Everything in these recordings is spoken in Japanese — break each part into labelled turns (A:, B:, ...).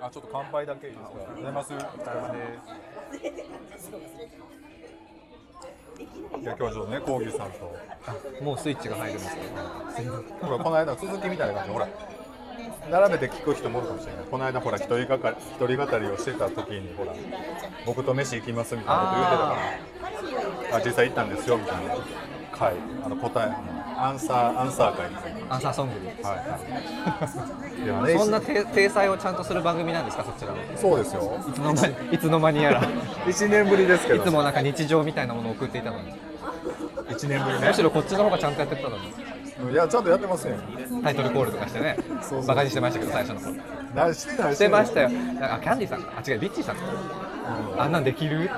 A: あ、ちょっと乾杯だけいいですか。おはようございます。お疲れ様です。いや、今日はちょっとね、コーギーさんと。
B: もうスイッチが入るんですけど、
A: ほら、この間の続きみたいな感じ、ほら。並べて聞く人もいるかもしれない。この間、ほら、一人がかり、一人語りをしてた時に、ほら。僕と飯行きますみたいなこと言ってたから。あ、実際行ったんですよみたいな。回、あの答え、アンサー、アンサー会みたいな。
B: アンサーソングで
A: はい。でもね
B: そんなて体裁をちゃんとする番組なんですか、そちらは。
A: そうですよ。
B: いつの間にいつの間にやら、 い
A: 一年ぶりですけど。
B: つもなんか日常みたいなものを送っていたのに、
A: 一年ぶりね
B: むし。ろこっちの方がちゃんとやってたのに、
A: いや、ちゃんとやってますよ。
B: タイトルコールとかしてね
A: そうそう、
B: バカにしてましたけど、最初の頃。
A: なしてない
B: してました
A: よ。
B: よ、なんかキャンディーさんか、あ違う、ビッチーさんか、あんなんできる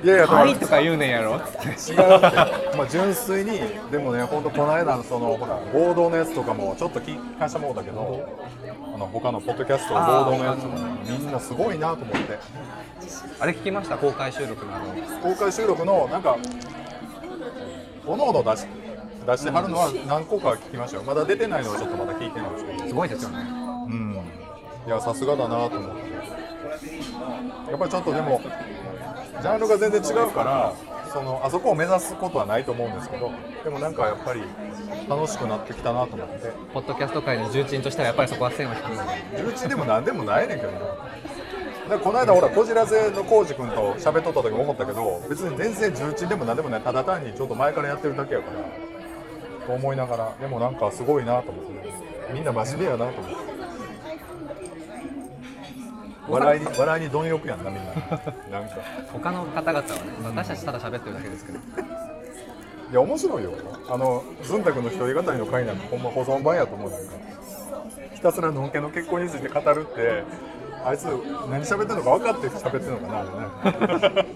A: いやいや、
B: はい
A: だ
B: と
A: か
B: か言うねんやろっつって
A: ら違うって。まあ、純粋に、でもね、本当この間のその、ほら、合同のやつとかも、ちょっと聞かしてもらったけど。あの、他のポッドキャスト、合同のやつも、みんなすごいなと思って。
B: あれ聞きました、公開収録のあの、
A: 公開収録の、なんか。おのおの出し、出してはるのは、何個か聞きましたよ。まだ出てないのは、ちょっとまだ聞いてないんですけど。
B: すごいですよね。
A: うん、いやさすがだなと思ってやっぱりちょっとでもジャンルが全然違うからそのあそこを目指すことはないと思うんですけどでもなんかやっぱり楽しくなってきたなと思って
B: ポッドキャスト界の重鎮としてはやっぱりそこは線を引くので
A: うちでも何でもないねんけどなだからこの間ほらこじらせの浩司君と喋っとった時も思ったけど別に全然重鎮でも何でもないただ単にちょっと前からやってるだけやからと思いながらでもなんかすごいなと思ってみんな真面目やなと思って笑いに笑いに貪欲やんなみんななんか
B: 他の方々はね私たちただ喋ってるだけですけど
A: いや面白いよあのずんたくんの一人語りの回なんてほんま保存版やと思うなんかひたすらのんけの結婚について語るってあいつ何喋ってんのか分かって喋ってんのかなあれね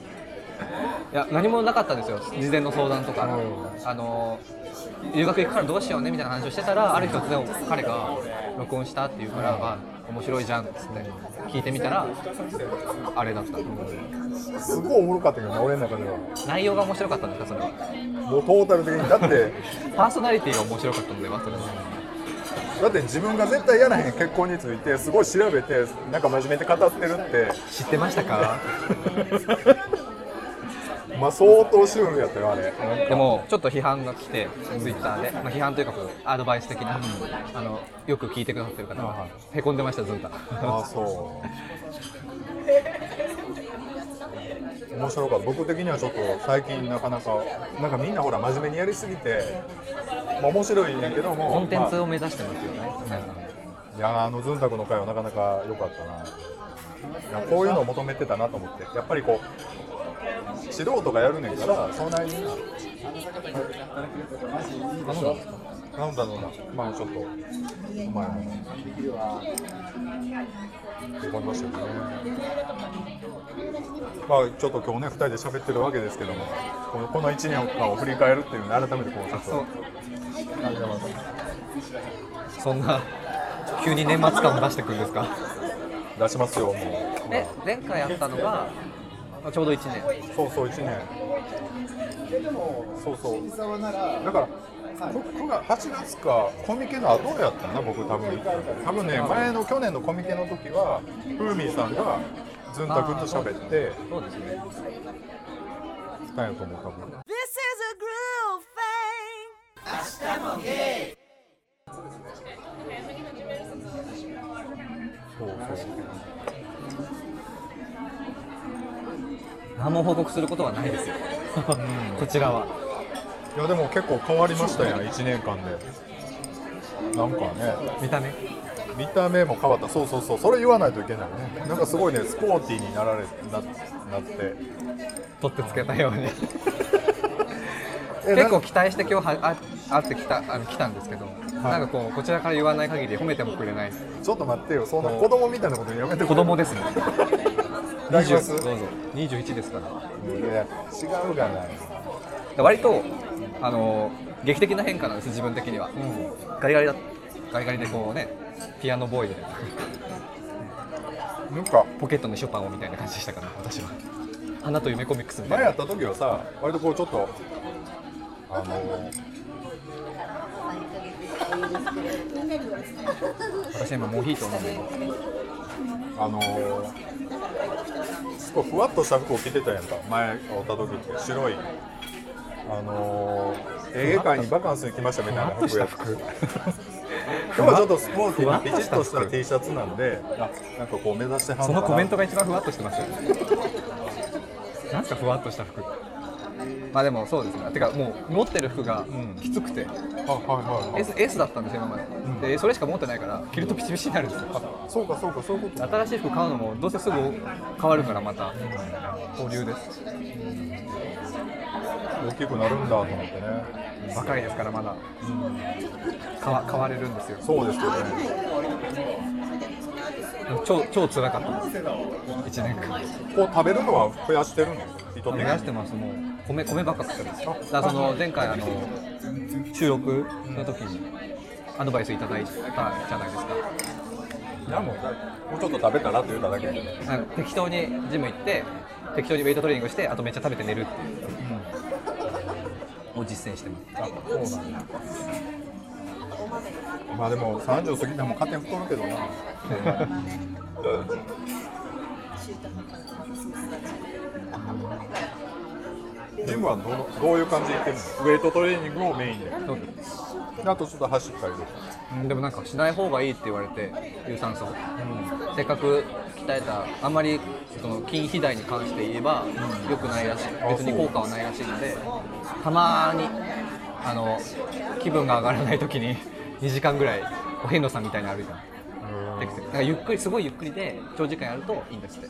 B: いや何もなかったんですよ事前の相談とか、
A: う
B: あの留学行くからどうしようねみたいな話をしてたらある日突然彼が録音したって言うから、あ面白いじゃんっつって聞いてみたらあれだった、
A: すごいおもろかったけどね俺の中では
B: 内容が面白かったんですかそれは
A: もうトータル的にだって
B: パーソナリティが面白かったのではそれは
A: だって自分が絶対やらへん結婚についてすごい調べてなんか真面目に語ってるって
B: 知ってました か
A: まあ相当シュールやったよあれなん
B: で
A: か
B: もちょっと批判が来てツイッターで、まあ、批判というかこうアドバイス的な、あのよく聞いてくださってる方
A: あは
B: がへこんでました ずんた
A: ああそう面白かった僕的にはちょっと最近なかなかなんかみんなほら真面目にやりすぎて、まあ、面白いんやけども
B: コンテンツ
A: ま
B: を目指してますよね、
A: あいやあのズンタクの回はなかなか良かったないやこういうのを求めてたなと思ってやっぱりこう素人がやるねんからそんなになんだろうなまあちょっとお前も思いましたよねまあ、ちょっと今日ね、2人で喋ってるわけですけども、このこの1年間を振り返るっていうのを改めてこう、ちょっ
B: そう
A: と、
B: そんな急に年末感を出してくるんですか
A: 出しますよ、もう。
B: え前回やったのがまあちょうど1年
A: そうそう、1年。そうそう。だから、9月8月か、コミケの後やったな、僕、多分多分ね、前の去年のコミケの時は、ふうみーさんが、ずんたくんと喋って、
B: そうですね
A: 来たんやと思う、多分
C: This is a groove thing.
A: そうそう。
B: 何も報告することはないですよこちらはい
A: や、でも結構変わりましたよね、1年間で。なんかね。
B: 見た目
A: 見た目も変わったそうそうそうそれ言わないといけないねなんかすごいねスポーティーになられななって
B: 取ってつけたように
A: え
B: 結
A: な
B: 構
A: んか
B: 期待して今日はあ会ってきたあの来たんですけど、なんかこうこちらから言わない限り褒めてもくれない
A: ちょっと待ってよそんな子供みたいなことやめて
B: 子供 ですね
A: いただきます
B: 20どうぞ21ですから
A: いや違うがない
B: 割とあの劇的な変化なんです自分的には、ガリガリだガリガリでこうねピアノボーイで
A: なんか
B: ポケットのショパンをみたいな感じでしたから私は花と夢コミックスみたい
A: 前
B: な
A: やった時はさ割とこうちょっとあの
B: 私今モヒートを飲んで
A: あのー、すごいふわっとした服を着てたやんか前会った時って白いあのー、映画館にバカンスに来ましたみたいな服やった
B: ふわっと
A: 今日はちょっとスポーティーな
B: ふ
A: ピ
B: わっ
A: チッ
B: とした
A: と
B: 服
A: した T シャツなんであなんかこう目指してはん
B: そ
A: のかな
B: のコメントが一番ふわっとしてますよなんすかふわっとした服まあでもそうですねてかもう持ってる服が
A: ん
B: きつくて、
A: あはいはいはい
B: S, S だったんですよ今まで,、でそれしか持ってないから着るとピチピチになるんですよ
A: そうかそうかそういうこと
B: 新しい服買うのもどうせすぐ変わるからまた保留です
A: 大きくなるんだと思ってね
B: 若いですからまだ買わ買われるんですよ
A: そうですけどね
B: 超超辛かったです1年間
A: こう食べるのは増やしてるの意図的
B: 増
A: に
B: やしてますもう米米ばっか食ってますだからその前回あの収録の時にアドバイスいただいたじゃないですか
A: いやもうもうちょっと食べたらって言っただけで
B: なんか適当にジム行って適当にウェイトトレーニングしてあとめっちゃ食べて寝るっていう、を実践してます
A: あそうなんだまあでも30過ぎても勝手に太るけどなジムはどのどういう感じで行ってるのウェイトトレーニングをメインで
B: そうです
A: あとちょっと走ったりとか
B: うんでもなんかしない方がいいって言われて有酸素、せっかく鍛えたあんまりその筋肥大に関して言えば良くないらしい
A: あ
B: 別に効果はないらしいのでたまにあの気分が上がらない時に 2時間ぐらいお遍路さんみたいに歩いたテクテクなんかゆっくりすごいゆっくりで長時間やるといいんですって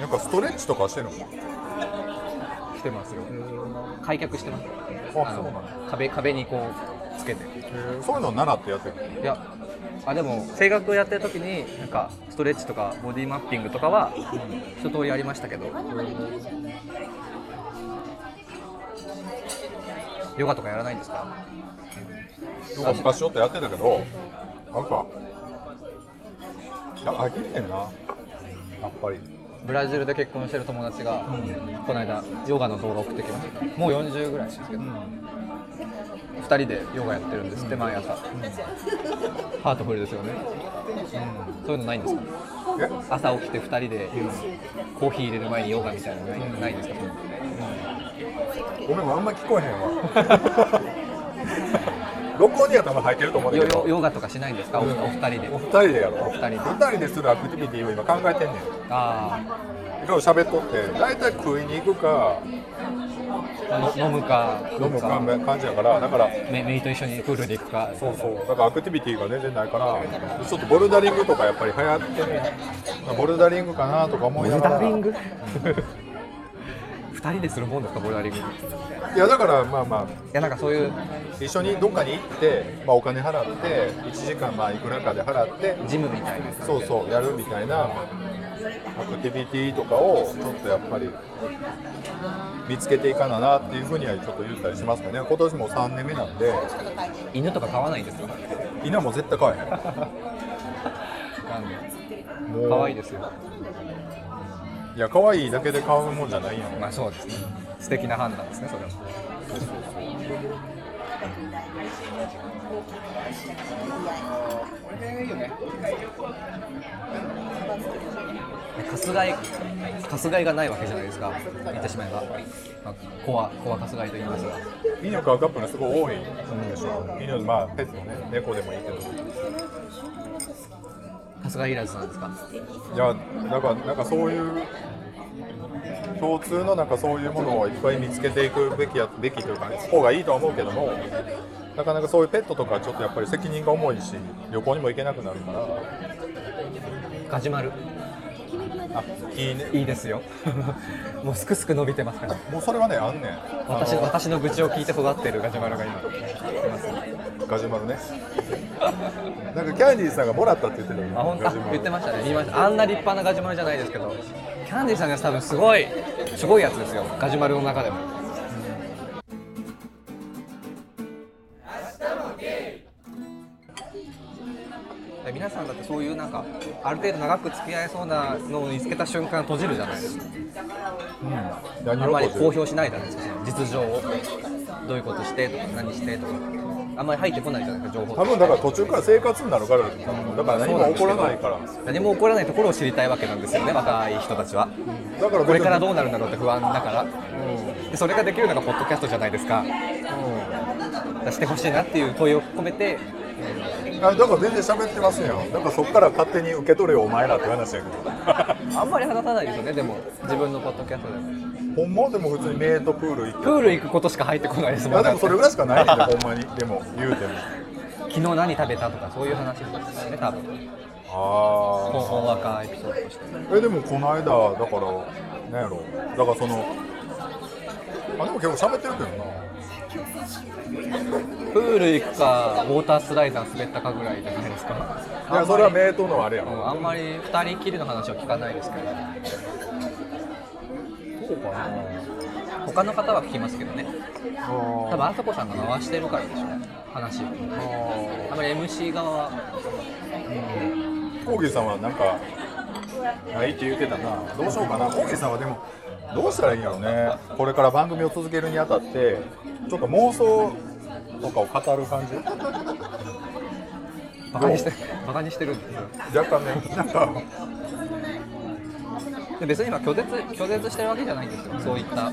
A: なんかストレッチとかしてるの
B: 来てますよ開脚してます
A: あ
B: あ
A: そうなん
B: の
A: だ
B: 壁壁にこうつけて
A: そういうのを習ってやってる
B: いやあでも声楽をやってる時になんかストレッチとかボディマッピングとかは一通りやりましたけど、ヨガとかやらないんですか
A: なんか昔ちょっとやってたけどなんかいや飽きてんなやっぱり
B: ブラジルで結婚してる友達が、この間ヨガの動画送ってきましたもう40ぐらいですけど、2人でヨガやってるんですって毎朝、ハートフルですよね、そういうのないんですか
A: え
B: 朝起きて2人でコーヒー入れる前にヨガみたいなのない,、ないですかそういう
A: ご
B: の
A: めんあんま聞こえへんわ 録音には多分入ってると思うんだ
B: ヨ
A: けど
B: ヨヨガとかしないんですか、おお二人で
A: お二人でやろう
B: お二人で
A: 二人でするアクティビティを今考えてんねん
B: あ
A: いろいろ喋っとって大体食いに行くか
B: あの飲むか
A: 飲むか感じやからだから
B: めめいと一緒にプールで行くか
A: そうそうだからアクティビティが全然ないからちょっとボルダリングとかやっぱり流行ってるやんボルダリングかなとか思いながら
B: グ二人でするもんですかボルダリングい
A: いやだからまあまあ
B: やなんかそういう
A: 一緒にどっかに行って、まあ、お金払って1時間まあいくらかで払って
B: ジムみたいな
A: そうそうやるみたいなアクティビティとかをちょっとやっぱり見つけていかななっていうふうにはちょっと言ったりしますかね今年も3年目なんで
B: 犬とか飼わないんですか
A: 犬はもう絶対買え
B: なんで
A: へんもう
B: 可愛いですよ
A: いや可愛いだけで買うもんじゃないやん
B: まあそうですね素敵な判断ですねそれはかすがいかすがいがないわけじゃないですか言ってしまえば、まあ、コアコアかすがいと言いますが
A: 犬飼うカップルすごい多いでしょ犬まあペットね猫でもいいけど
B: かすがいいらずなんですか
A: いやなんかなんかそういう共通のなんかそういうものをいっぱい見つけていくべきやべきというか、ね、方がいいとは思うけどもなかなかそういうペットとかちょっとやっぱり責任が重いし旅行にも行けなくなるから
B: ガジュマル
A: あいいね
B: いいですよ もうすくすく伸びてますから
A: もうそれはねあんねん
B: 私
A: あの
B: 私の愚痴を聞いて育ってるガジュマルが今います
A: ガジュマルねなんかキャンディーさんがもらったって言ってたよね
B: あ本当
A: ガ
B: あ
A: ジュマル
B: 言ってましたね言いましたあんな立派なガジュマルじゃないですけどキャンディーさんのやつ多分すごいすごいやつですよガジュマルの中でも皆さんだってそういうなんかある程度長く付き合えそうなのを見つけた瞬間閉じるじゃないですかあん
A: 何を
B: まり
A: こう
B: 公表しないじゃないですかその実情をどういうことしてとか何してとかあんまり入ってこないじゃないですか情報
A: 多分だから途中から生活になるからだと思うだから何も起こらないから
B: 何も起こらないところを知りたいわけなんですよね若い人たちは
A: だから
B: これから
A: 別に
B: どうなるんだろうって不安だからでそれができるのがポッドキャストじゃないですか出してほしいなっていう問いを込めて
A: あだから全然喋ってますよだからそこから勝手に受け取れよお前らって話やけ
B: あんまり話さないですよねでも自分のポッドキャストでも
A: どほんまでも普通にメイトプール行っ
B: プ
A: て
B: ール行くことしか入ってこないです
A: い
B: も
A: や
B: ん
A: でもそれぐらいしかないねんで
B: 昨
A: ほんまにでも言うても
B: 日何食べたとかそういう話ですよね多
A: あ
B: 分
A: あ
B: ほんわかエピソードとして
A: えでもこの間だからなんやろだからそのあでも結構喋ってるけどな
B: プール行くかウォータースライダー滑ったかぐらいじゃないですか
A: いやそれは名刀のあれや
B: う
A: ろ
B: んあんまり2人きりの話は聞かないですけど
A: そうかな
B: 他の方は聞きますけどね多分あさこさんが回してるからでしょうね話をあんまり MC 側は
A: コーギーさんはなんかないって言ってたなどうしようかなコーギーさんはでもどうしたらいいんやろうねこれから番組を続けるにあたってちょっと妄想とかを語る感じ
B: バカにしてバカにしてるんですよ
A: 若干ねなんか
B: で別に今拒絶拒絶してるわけじゃないんですよそういったあ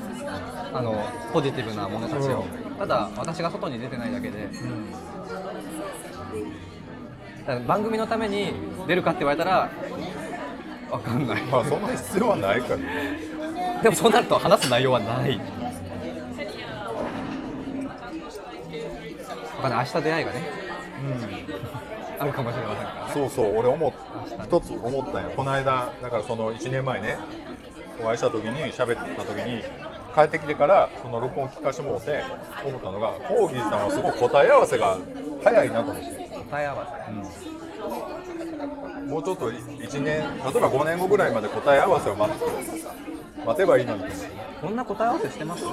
B: のポジティブなものたちを、ただ私が外に出てないだけで、だから番組のために出るかって言われたらわか んない
A: まあそんな必要はないから
B: でもそうなると話す内容はない。わかんない明日出会いがね、あるかもしれませんからね。
A: そうそう俺思っ一つ思ったんやこの間だからその1年前ねお会いした時に喋った時に帰ってきてからその録音聞かしてもろて思ったのがコーギーさんはすごい答え合わせが早いなと思って
B: 答え合わ
A: もうちょっと1年例えば5年後ぐらいまで答え合わせを待って待てばいいのに
B: せ。こんな答え合わせしてます？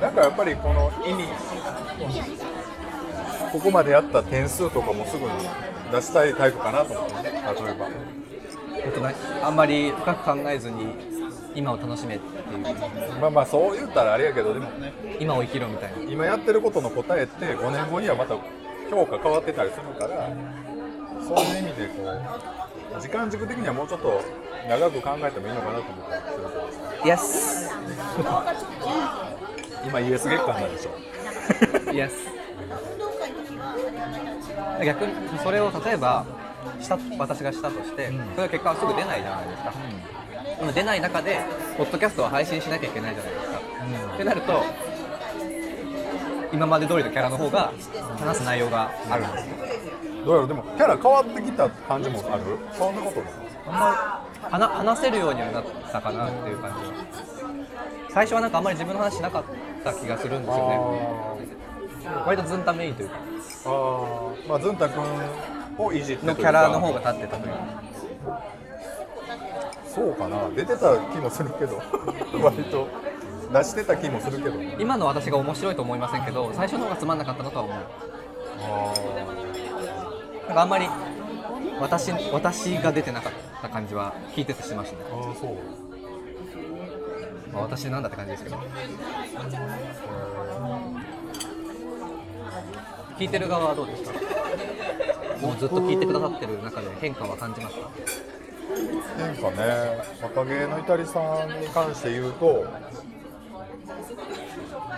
A: なんかやっぱりこの意味ここまでやった点数とかもすぐに出したいタイプかなと思って例えば。
B: 本当ないあんまり深く考えずに今を楽しめっていう、
A: まあまあそう言ったらあれやけどでも
B: 今を生きろみたいな。
A: 今やってることの答えって5年後にはまた評価変わってたりするからそういう意味でこう時間軸的にはもうちょっと長く考えてもいいのかなと思ったりするけ
B: Yes。
A: ど今イエス月間なんでしょ
B: Yes。逆にそれを例えばした私がしたとして、それは結果はすぐ出ないじゃないですか、でも出ない中でポッドキャストは配信しなきゃいけないじゃないですか、ってなると今まで通りのキャラの方が話す内容があるんですよ
A: どうやろうでもキャラ変わってきた感じもあるそんなことない
B: あんまり話話せるようにはなったかなっていう感じは最初はなんかあんまり自分の話しなかった気がするんですよね割とずんためいいというか
A: あーまあずんたくんをいじってという
B: の
A: か
B: キャラの方が立ってたというか
A: そうかな出てた気もするけ ど割と出してた気もするけど
B: 今の私が面白いと思いませんけど最初の方がつまんなかったなとは思う
A: あー
B: なんかあんまり私私が出てなかった感じは聞いててしましたね
A: あ、ーそう
B: まあ、私なんだって感じですけど聞いてる側はどうですかもうずっと聞いてくださってる中で変化は感じますか
A: なんかね、若芸のイタリさんに関して言うと、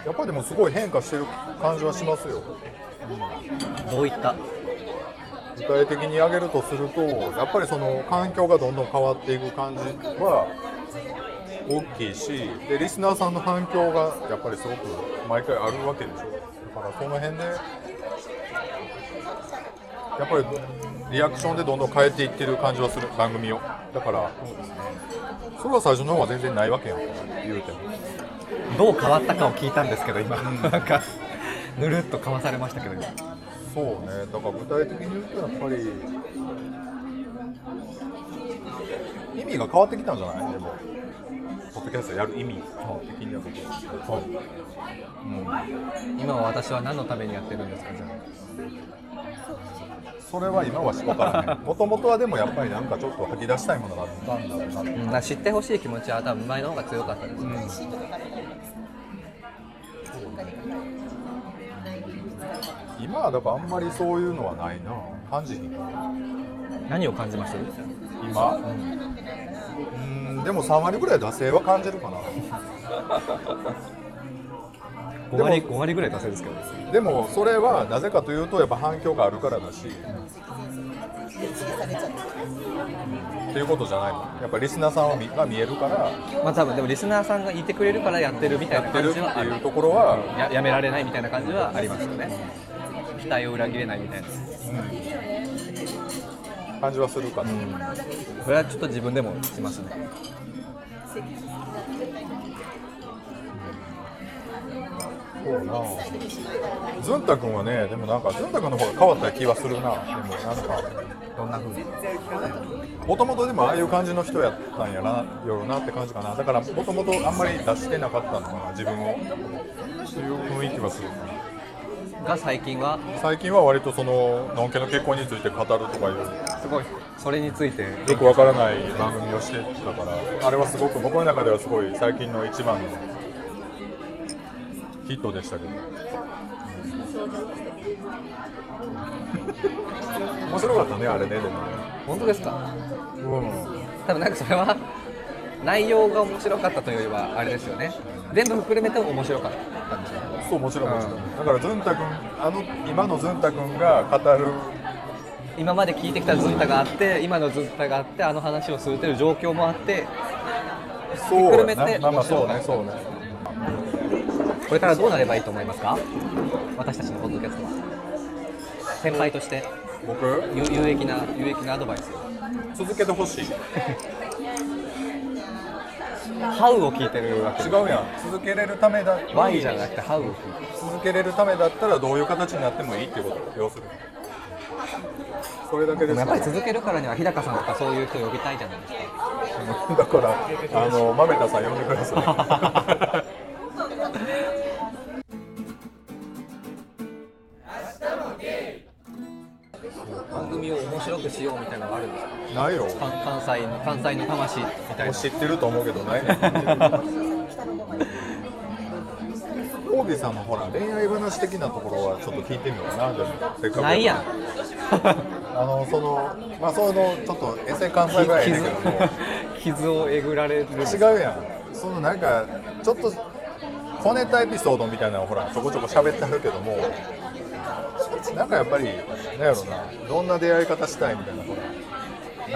A: やっぱりでもすごい変化してる感じはしますよ。
B: どういった
A: 具体的に挙げるとすると、やっぱりその環境がどんどん変わっていく感じは大きいし、でリスナーさんの反響がやっぱりすごく毎回あるわけでしょ。だからその辺で、やっぱりリアクションでどんどん変えていってる感じはする番組を。だから。それは最初の方は全然ないわけやん言うても
B: どう変わったかを聞いたんですけど今なんかぬるっとかわされましたけど今
A: そうねだから具体的に言うとやっぱり意味が変わってきたんじゃないでもポッドキャストやる意味的には僕は、
B: 今は私は何のためにやってるんですかじゃ
A: それは今はしこからねもともとはでもやっぱりなんかちょっと吐き出したいものがあったんだろうなって
B: あ、うん、知ってほしい気持ちは多分前の方が強かったですね、
A: 今今はだからあんまりそういうのはないな感じひん
B: 何を感じます
A: 今うんでも3割ぐらい惰性は感じるかな
B: 5割 ,5 割ぐらい出せるんですけどね
A: でもそれはなぜかというとやっぱ反響があるからだしっていうことじゃないもんやっぱリスナーさんは見が見えるから
B: まあ多分でもリスナーさんがいてくれるからやってるみたい
A: や
B: な
A: って
B: 感
A: るっ
B: じは
A: て
B: ある
A: いうところは、
B: ややめられないみたいな感じはありますよね期待を裏切れないみたいな
A: うん感じはするかな、
B: それはちょっと自分でもしますね
A: そうなずんたくんはねでもなんかずんたくんの方が変わった気はするなでもなんか
B: どんな風に
A: もともとでもああいう感じの人やったんやなようなって感じかなだからもともとあんまり出してなかったのかな自分をっていう雰囲気はするかな
B: が最近は
A: 最近は割とそののんけの結婚について語るとかいう
B: すごいそれについて
A: よくわからない番組をしてたからあれはすごく僕の中ではすごい最近の一番のヒットでしたけどうん面白かったねあれねでもね
B: 本当ですか
A: うん
B: 多分なんかそれは内容が面白かったというよりはあれですよね全部含めても面白かったんですよ
A: そうもちろんもちろん、だからずんたくんあの今のずんたくんが語る
B: 今まで聞いてきたズンタがあって今のズンタがあってあの話をするという状況もあって
A: そう
B: ひっくるめ
A: や
B: て
A: なまあまあ
B: 面
A: そ
B: 白
A: う
B: かっ
A: ね
B: た
A: そうね
B: これからどうなればいいと思いますか私たちのポッドキャストは先輩として
A: 僕
B: 有有益な有益なアドバイスを
A: 続けてほしい違
B: ハウを聞いてるわけ
A: うやん続けれるためだ
B: Y じゃなくてハウを聞いてる
A: 続けれるためだったらどういう形になってもいいっていうこと要するにそれだけ
B: で
A: で
B: も
A: す
B: やっぱり続けるからには日高さんとかそういう人を呼びたいじゃないですか
A: だからあの豆田さん呼んでください
B: 番組を面白くしようみたいなのがあるんですか
A: ないよ
B: 関関西の関西の魂みた
A: もう
B: いな
A: 知ってると思うけどないねオービーさんのほら恋愛話的なところはちょっと聞いてみようかなじゃあせっかく
B: ないやん
A: あのそのまあそのちょっとエセ関西ぐらいだけ
B: 傷
A: ども
B: 傷をえぐられる
A: 違うやんそのなんかちょっと小ネタエピソードみたいなのをほらちょこちょこ喋ってあるけどもなんかやっぱりなんやろなどんな出会い方したいみたいなほら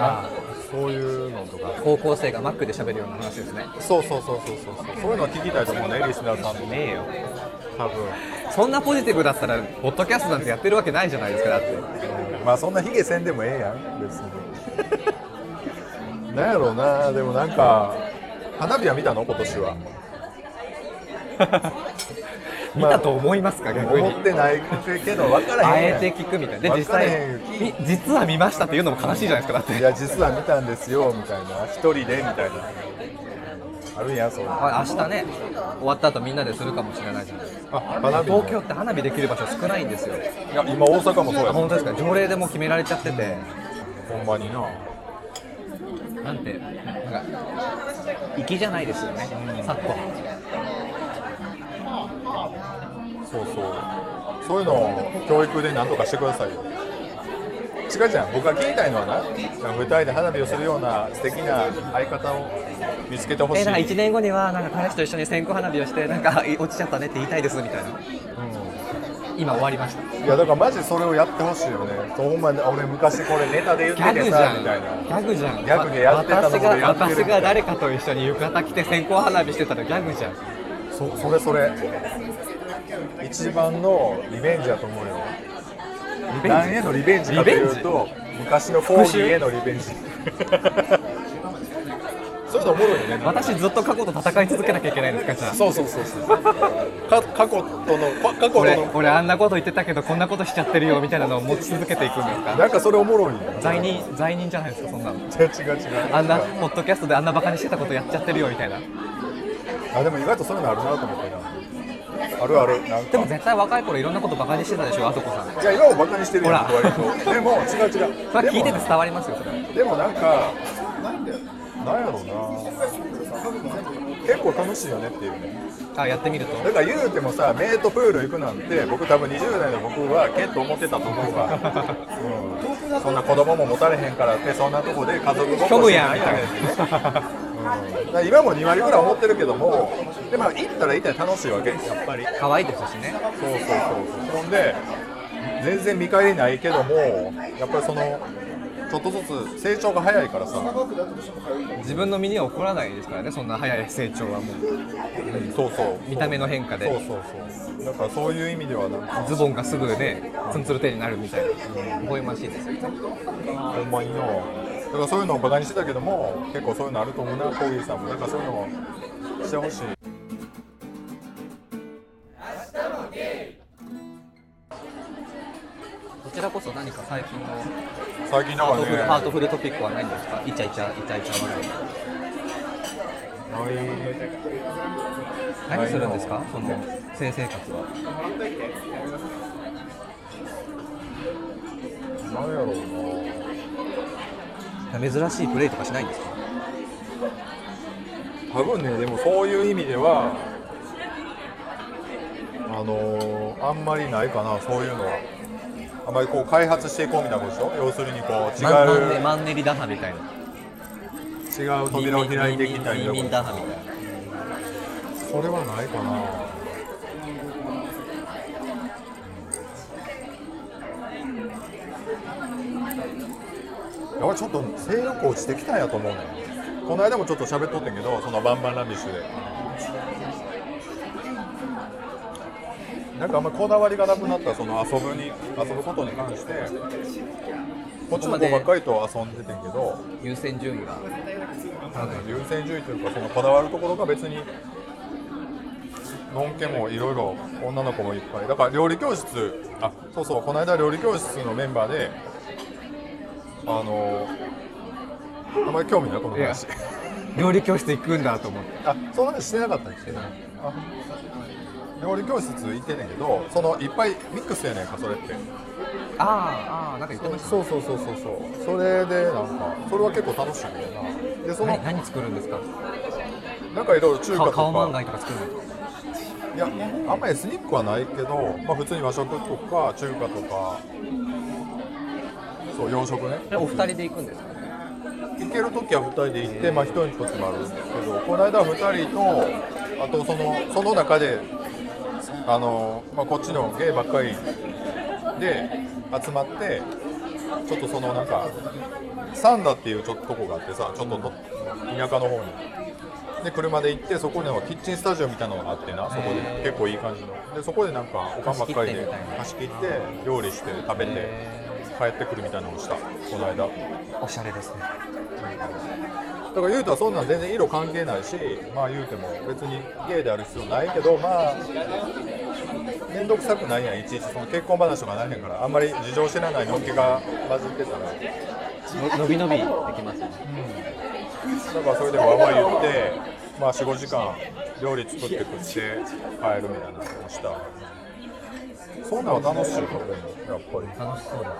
B: あ
A: そういうのとか
B: 高校生がマックで喋るような話ですね
A: そうそうそうそうそうそうそういうのを聞きたいと思うねリスナーさんも
B: ねえよ
A: 多分、
B: そんなポジティブだったらポッドキャストなんてやってるわけないじゃないですかだって
A: うんまあそんなヒゲせんでもええやん別になんやろうなでもなんか花火は見たの今年は
B: 見たと思いますか逆に
A: 思ってないけど分から
B: あ
A: へんやん
B: えて聞くみたいなで
A: わ
B: 実
A: かれ
B: 際
A: へん
B: み実は見ましたっていうのも悲しいじゃないですかだっ
A: い
B: て
A: や実は見たんですよみたいな一人でみたいなあるんやそうあ
B: あ明日ね終わった後みんなでするかもしれないじゃないですか
A: 花火ね
B: 東京って花火できる場所少ないんですよ
A: いや今大阪もそう
B: あ
A: や
B: 本当ですか条例でもう決められちゃってて
A: ほんまにな
B: なんてなんか粋じゃないですよね昨今
A: そうそうそういうのを教育で何とかしてくださいよ違うじゃん僕が聞いたいのはな舞台で花火をするような素敵な相方を見つけてほし
B: え
A: い
B: なんか1年後にはなんか彼氏と一緒に線香花火をしてなんかい落ちちゃったねって言いたいですみたいな今終わりました
A: いやだからマジそれをやってほしいよねほんまに俺昔これネタで
B: ギ
A: 言っ
B: ャ
A: て
B: グ
A: て
B: じ
A: さ
B: ゃん
A: み
B: ギ
A: たいな
B: ャグじゃ
A: ギ
B: ん
A: ャグでやってたの
B: 私が
A: 俺やってるみた
B: 私
A: いな
B: が誰かと一緒に浴衣着て線香花火してたらギャグじゃん
A: そそれそれ一番のリベンジだと思うよ
B: リベ
A: 何
B: ン
A: へ
B: ジ
A: のリベンジかというと昔のフォーリーへのリベンジそういうのおもろいよね
B: 私ずっと過去と戦い続けなきゃいけないんですかじゃあ
A: そうそうそうそうか過去とのか過去と
B: 俺
A: の
B: 俺あんなこと言ってたけどこんなことしちゃってるよみたいなのを持ち続けていくんですか
A: なんかそれおもろいよ
B: 罪人罪人じゃないですかそんなの
A: 違う違う違う
B: あんなポッドキャストであんなバカにしてたことやっちゃってるよみたいな
A: あでも意外とそういうのあるなと思ってなあるあるなん
B: で
A: か
B: も絶対若い頃いろんなことバカにしてたでしょあそこさん
A: いや今もバカにしてるよ
B: ほら
A: 割とでも違う違う
B: それは聞い
A: で
B: て
A: も
B: て伝わりますよそれは
A: でもなんかなんでなんやろうな結構楽しいよねっていうね
B: あやってみると
A: だから言うてもさメイトプール行くなんて僕多分20代の僕はけっと思ってたと思うわ、うん、そんな子供も持たれへんからってそんなとこで家族ごっこして
B: 虚無やんみたい
A: ねうんだから今も2割ぐらい思ってるけどもでも行ったら行ったら楽しいわけやっぱり
B: 可愛いですしね
A: そうそうそうそうほんで全然見返りないけどもやっぱりそのちょっとずつ成長が早いからさ、
B: 自分の身には起こらないですからねそんな早い成長はもう
A: そうそう
B: 見た目の変化で
A: そうそうそうだからそういう意味ではなんか
B: ズボンがすぐねツンツル手になるみたいな微笑ましいですよね
A: ほんまになだからそういうのをバカにしてたけども結構そういうのあると思うなコーギーさんもなんかそういうのをしてほしい
B: こちらこそ何か最近の
A: 最近だ
B: ハ
A: か
B: ートフル,、
A: ら
B: ハー
A: ね
B: トフルトピックはないんですかイチャイチャイチャイチャは
A: ない
B: 何するんですかその性生活は
A: 何やろう
B: 珍しいプレイとかしないんですか
A: な多分ねでもそういう意味ではあのーあんまりないかなそういうのはあんまりこう開発していこうみたいなことでしょ要するにこう違
B: マンネ
A: う、
B: マンネリ打破みたいな
A: 違う扉を開いていきたい
B: 移
A: と
B: 民
A: か
B: 打破みたいな
A: それはないかなやばいちょっと性欲落ちてきたんやと思うねこの間もちょっと喋っとってんけどそのバンバンラビッシュでなんかあんまこだわりがなくなったその遊ぶに遊ぶことに関してこっちの子ばっかりと遊んでてんけど
B: 優先順位が
A: なんか優先順位というかそのこだわるところが別にのんけもいろいろ女の子もいっぱいだから料理教室あそうそうこの間料理教室のメンバーであのあんまり興味ないこの
B: いや
A: 話
B: 料理教室行くんだと思って
A: あその話してなかったっけあ料理教室行ってんねんけどそのいっぱいミックスやねんかそれって
B: ああああなんか言ってました
A: そうそうそうそうそうそれでなんかそれは結構楽しいんだよなでその
B: 何何作るんですか
A: なんかいろいろ中華とか
B: 顔顔漫画とか作るんですか
A: いや、あんまりエスニックはないけど、まあ、普通に和食とか中華とか、そう、洋食ね、
B: それお二人で行くんですか
A: 行けるときは2人で行って、まあ、1人のときもあるんですけど、この間は2人と、あとそのその中で、あのまあ、こっちのゲイばっかりで集まって、ちょっとそのなんか、サンダっていうちょっととこがあってさ、ちょっとの田舎の方に。で車で行ってそこにはキッチンスタジオみたいなのがあってなそこで
B: へー
A: 結構いい感じのでそこでなんかおかんばっかりで貸
B: 貸
A: し切って料理して食べて帰ってくるみたいなのをしたこの間だか
B: おしゃれですね
A: ら言うたらそんなん全然色関係ないしまあ言うても別にゲイである必要ないけどまあ面倒くさくないやんいちいちその結婚話とかないねんからあんまり事情知らないのっけが混じってたら
B: ののびのびできますね
A: だからそれでわわ言って、まあ、4、5時間料理作って食って帰るみたいなのをした。そんなんは楽しいと思うやっぱり。
B: 楽しそうだ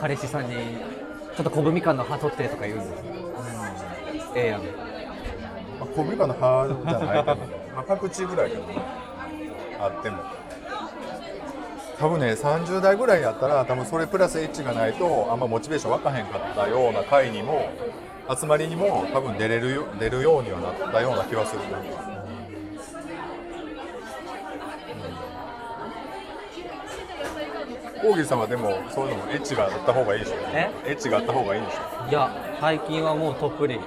B: 彼氏さんにちょっと小ぶみかんの葉取ってとか言うんですよええやん
A: まあ、小麦粉の葉じゃないけど、まあ、パクチーぐらいかな。あっても。多分ね、30代ぐらいやったら、多分それプラスエッチがないと、あんまモチベーション湧かへんかったような会にも、集まりにも、多分出れるよ出るようにはなったような気はする。コーギーさんはでもそういうのもエッチがあった方がいいでしょ
B: え
A: エッチがあった方がいいんでしょ
B: いや最近はもうとっぷり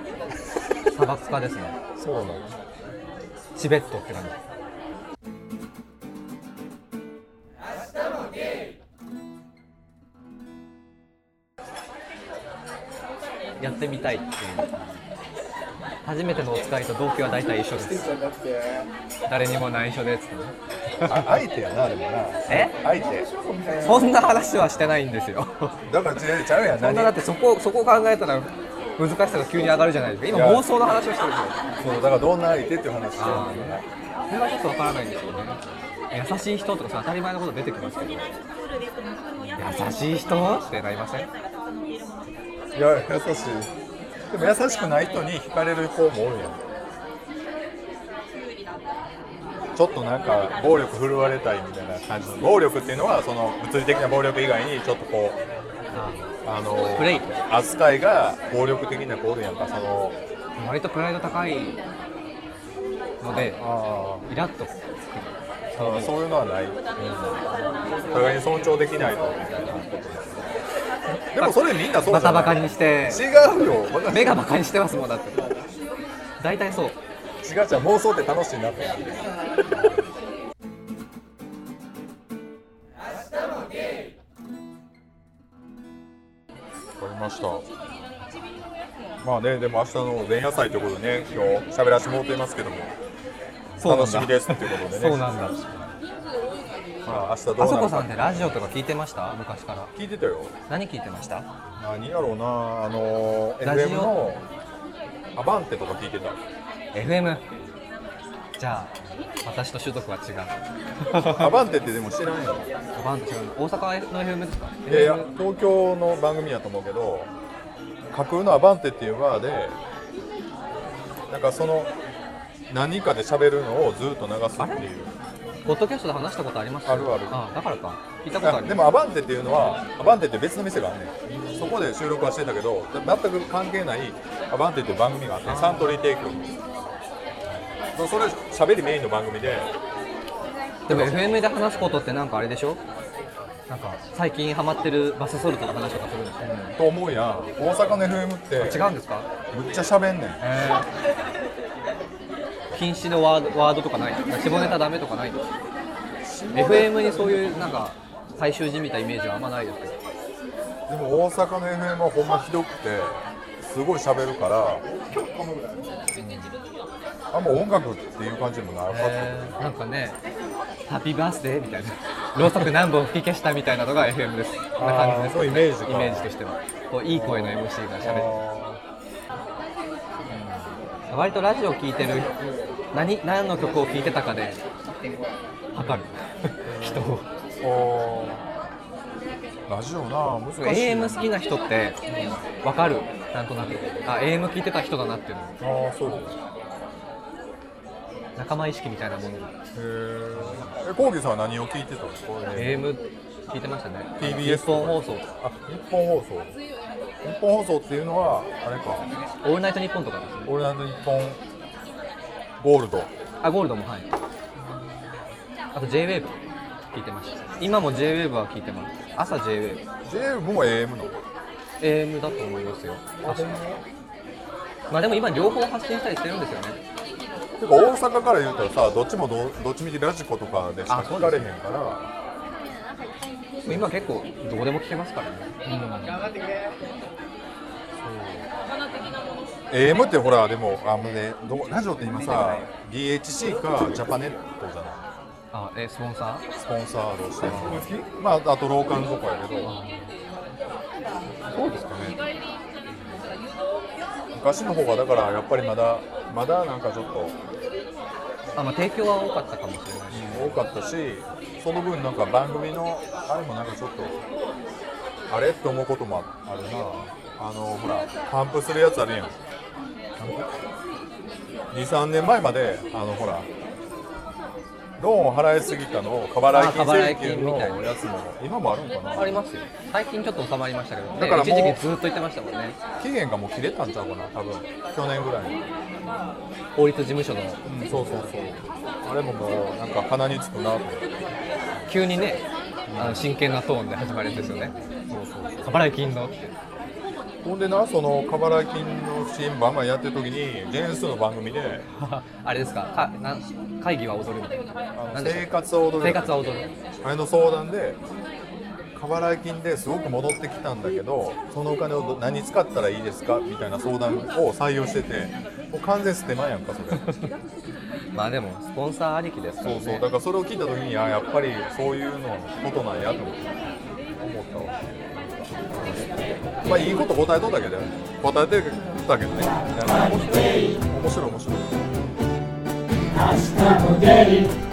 B: 砂漠化ですね
A: そうなの
B: チベットって感じやってみたいっていう初めてのお使いと動機は大体一緒です誰にも内緒ですね
A: あ相手やなでもな
B: え
A: 相手
B: そんな話はしてないんですよ
A: だから違うちゃうやん
B: そんなだ
A: 何
B: ってそこそこ考えたら難しさが急に上がるじゃないですか今
A: いや
B: 妄想の話をしてるんですよ
A: そうだからどんな相手っていう話してる
B: あ
A: んだよね
B: ーそれはちょっとわからないんですよね優しい人とかさ当たり前のこと出てきますけど優しい人ってなりません
A: いや優しいでも優しくない人に惹かれる子もおるやんちょっとなんか暴力振るわれたいみたいな感じ暴力っていうのはその物理的な暴力以外にちょっとこうあの
B: プレイ
A: 扱いが暴力的な子おるやんかその
B: 割とプライド高いので
A: あ
B: イラッとくる
A: あそういうのはない、互いに尊重できないとでもそれみんなそう
B: バ
A: じゃ
B: カ
A: ない
B: バカにして
A: 違うよ私
B: 目がバカにしてますもんだって大体そう
A: 違う違う妄想って楽しいなってわかりましたまあねでも明日の前夜祭ということでね今日喋らせてもらっていますけども
B: そうなん
A: 楽
B: だ
A: しみですっていうことでね
B: そうなんだ
A: まあ明日どうな
B: あ
A: る
B: そ
A: か
B: こさんってラジオとか聞いてました昔から
A: 聞いてたよ
B: 何聞いてました
A: 何やろうなあの
B: ラジオ
A: FM のアバンテとか聞いて た
B: FM じゃあ私と種族は違う
A: アバンテってでも知らんよ
B: 5番と違うの大阪の FM ですか
A: いやいや東京の番組やと思うけど架空のアバンテっていうバーでなんかその何かで喋るのをずっと流すっていう
B: ポッドキャストで話したことあります
A: あるある
B: あだからか聞いたことあ
A: あ
B: る
A: でもアバンテっていうのはアバンテって別の店があんねんそこで収録はしてたけど全く関係ないアバンテっていう番組があってサントリー提供そそれ喋りメインの番組で
B: でも FM で話すことってなんかあれでしょなんか最近ハマってるバスソルトの話とかするんですね
A: と思うやん大阪の FM って
B: 違うんですか
A: むっちゃ喋んねん
B: え禁止のワードワードとかない下ネタダメとかない FM にそういうなんか大衆じみたイメージはあんまないですけ
A: で
B: ど
A: も大阪の FM はほんまひどくてすごい喋るから、あんま音楽っていう感じでもなかった、
B: なんかね「ハッピーバースデー」みたいなろうそく何本吹き消したみたいなのが FM ですこんな感じです
A: そういうイメージか
B: イメージとしてはこういい声の MC がしゃべって割とラジオ聴いてる何何の曲を聴いてたかで測る 人を
A: おーラジオな難しいな
B: AM 好きな人って分かるなんとなくあ AM 聴いてた人だなっていうの
A: ああそうへ
B: 仲間意識みたいなもの
A: ーえコーギーさんは何を聞いてたのこれ
B: AM 聴いてましたね
A: TBS
B: 日本放送
A: あ日本放送日本放送っていうのはあれか
B: 「オールナイトニッポン」とかですね
A: 「オールナイトニッポンゴールド」
B: あ、ゴールドもはい。あと J-WAVE 聞いてました。今も J-WAVE は聞いてます。朝 J-WAVE。
A: 全部も AM なの
B: AM だと思いますよ。確かまあでも今両方発信したりしてるんですよね。
A: てか大阪から言うたらさどっちもどどっちみちラジコとかでしか聞かれへんから
B: 今結構どこでも聞けますからね。
A: AM ってほらでもあもうねどこラジオって今さ DHC かジャパネットじゃな
B: あ、え、スポンサ
A: いスポンサードしてるまああとローカルとかやけどそうですかね昔の方がだからやっぱりまだまだなんかちょっと
B: ーあ、まあ提供は多かったかもしれないし。
A: 多かったしその分なんか番組のあれもなんかちょっとあれって思うこともあるなあのほら反復するやつあるやん23年前まであのほらローンを払いすぎたのを過払い金請求のやつも今もあるんか
B: あ
A: な
B: りますよ。最近ちょっと収まりましたけど、ね、
A: だからもう
B: 一時期ずっと言ってましたもんね。
A: 期限がもう切れたんちゃうかな多分去年ぐらいに、
B: 法律事務所の
A: うん、そうそうそうあれももうなんか鼻につくなと思って
B: 急にね、あの真剣なトーンで始まるんですよね。
A: そうそう
B: 過払い金のって。
A: ほんでな、その過払い金の新番前やってる時に、ジェーンスーの番組で、
B: あれですかかなん会議は踊るみたいな
A: あ
B: な
A: の
B: んでし
A: 生
B: た
A: 活を踊る、
B: 生活は踊る
A: あれの相談で、過払い金ですごく戻ってきたんだけど、そのお金をど何に使ったらいいですかみたいな相談を採用してて、もう完全捨て前やんか、そ れ。
B: まあでもスポンサーありきですから
A: そう
B: ね
A: そう、だからそれを聞いた時に、あやっぱりそういうのことなんやと思ったわ。まあ、いいこと答えとったけど、答えてたけどね、なんか面白い、面白い、面白い。
D: 明日もゲイ